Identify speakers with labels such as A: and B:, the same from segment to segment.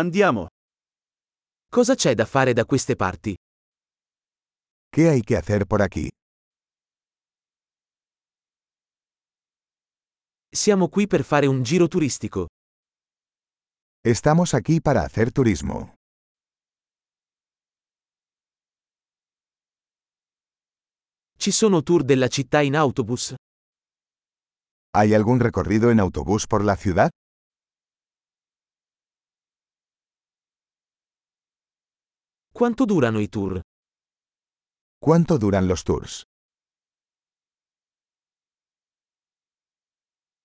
A: Andiamo.
B: Cosa c'è da fare da queste parti?
C: ¿Qué hay que hacer por aquí?
B: Siamo qui per fare un giro turistico.
C: Estamos aquí para hacer turismo.
B: Ci sono tour della città in autobus?
C: ¿Hay algún recorrido en autobús por la ciudad?
B: Quanto durano i tour?
C: ¿Cuánto duran los tours?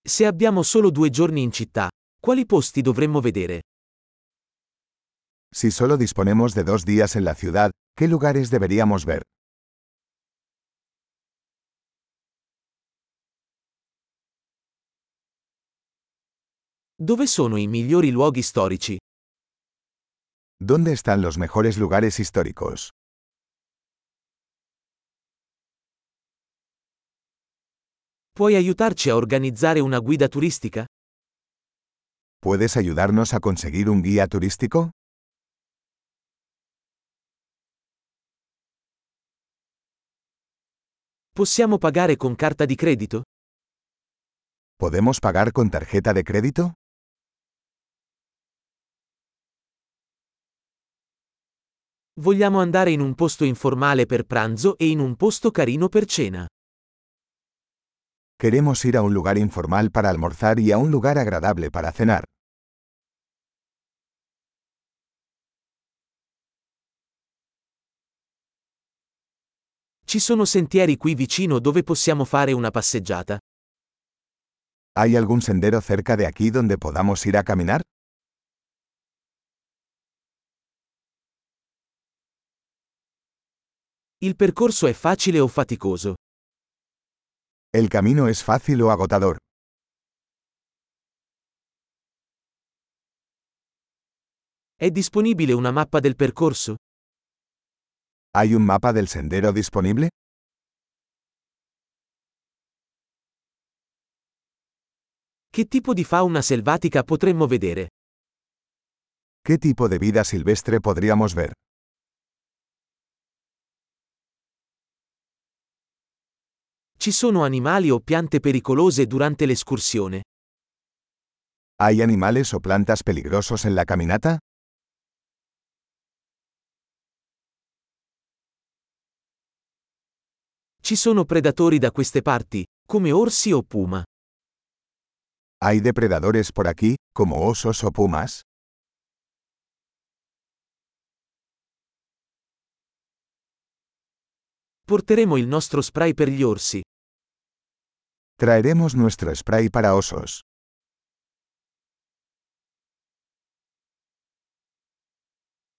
B: Se abbiamo solo due giorni in città, quali posti dovremmo vedere?
C: Si solo disponemos de dos días en la ciudad, ¿qué lugares deberíamos ver?
B: Dove sono i migliori luoghi storici?
C: ¿Dónde están los mejores lugares históricos?
B: Puoi aiutarci a organizzare una guida turistica?
C: ¿Puedes ayudarnos a conseguir un guía turístico?
B: Possiamo pagare con carta di credito?
C: ¿Podemos pagar con tarjeta de crédito?
B: Vogliamo andare in un posto informale per pranzo e in un posto carino per cena.
C: Queremos ir a un lugar informal para almorzar y a un lugar agradable para cenar.
B: Ci sono sentieri qui vicino dove possiamo fare una passeggiata?
C: ¿Hay algún sendero cerca de aquí donde podamos ir a caminar?
B: Il percorso è facile o faticoso?
C: ¿El camino es fácil o agotador?
B: È disponibile una mappa del percorso?
C: ¿Hay un mapa del sendero disponible?
B: Che tipo di fauna selvatica potremmo vedere?
C: ¿Qué tipo de vida silvestre podríamos ver?
B: Ci sono animali o piante pericolose durante l'escursione?
C: ¿Hay animales o plantas peligrosos en la caminata?
B: Ci sono predatori da queste parti, come orsi o puma.
C: ¿Hay depredadores por aquí, como osos o pumas?
B: Porteremo il nostro spray per gli orsi.
C: Traeremos nuestro spray para osos.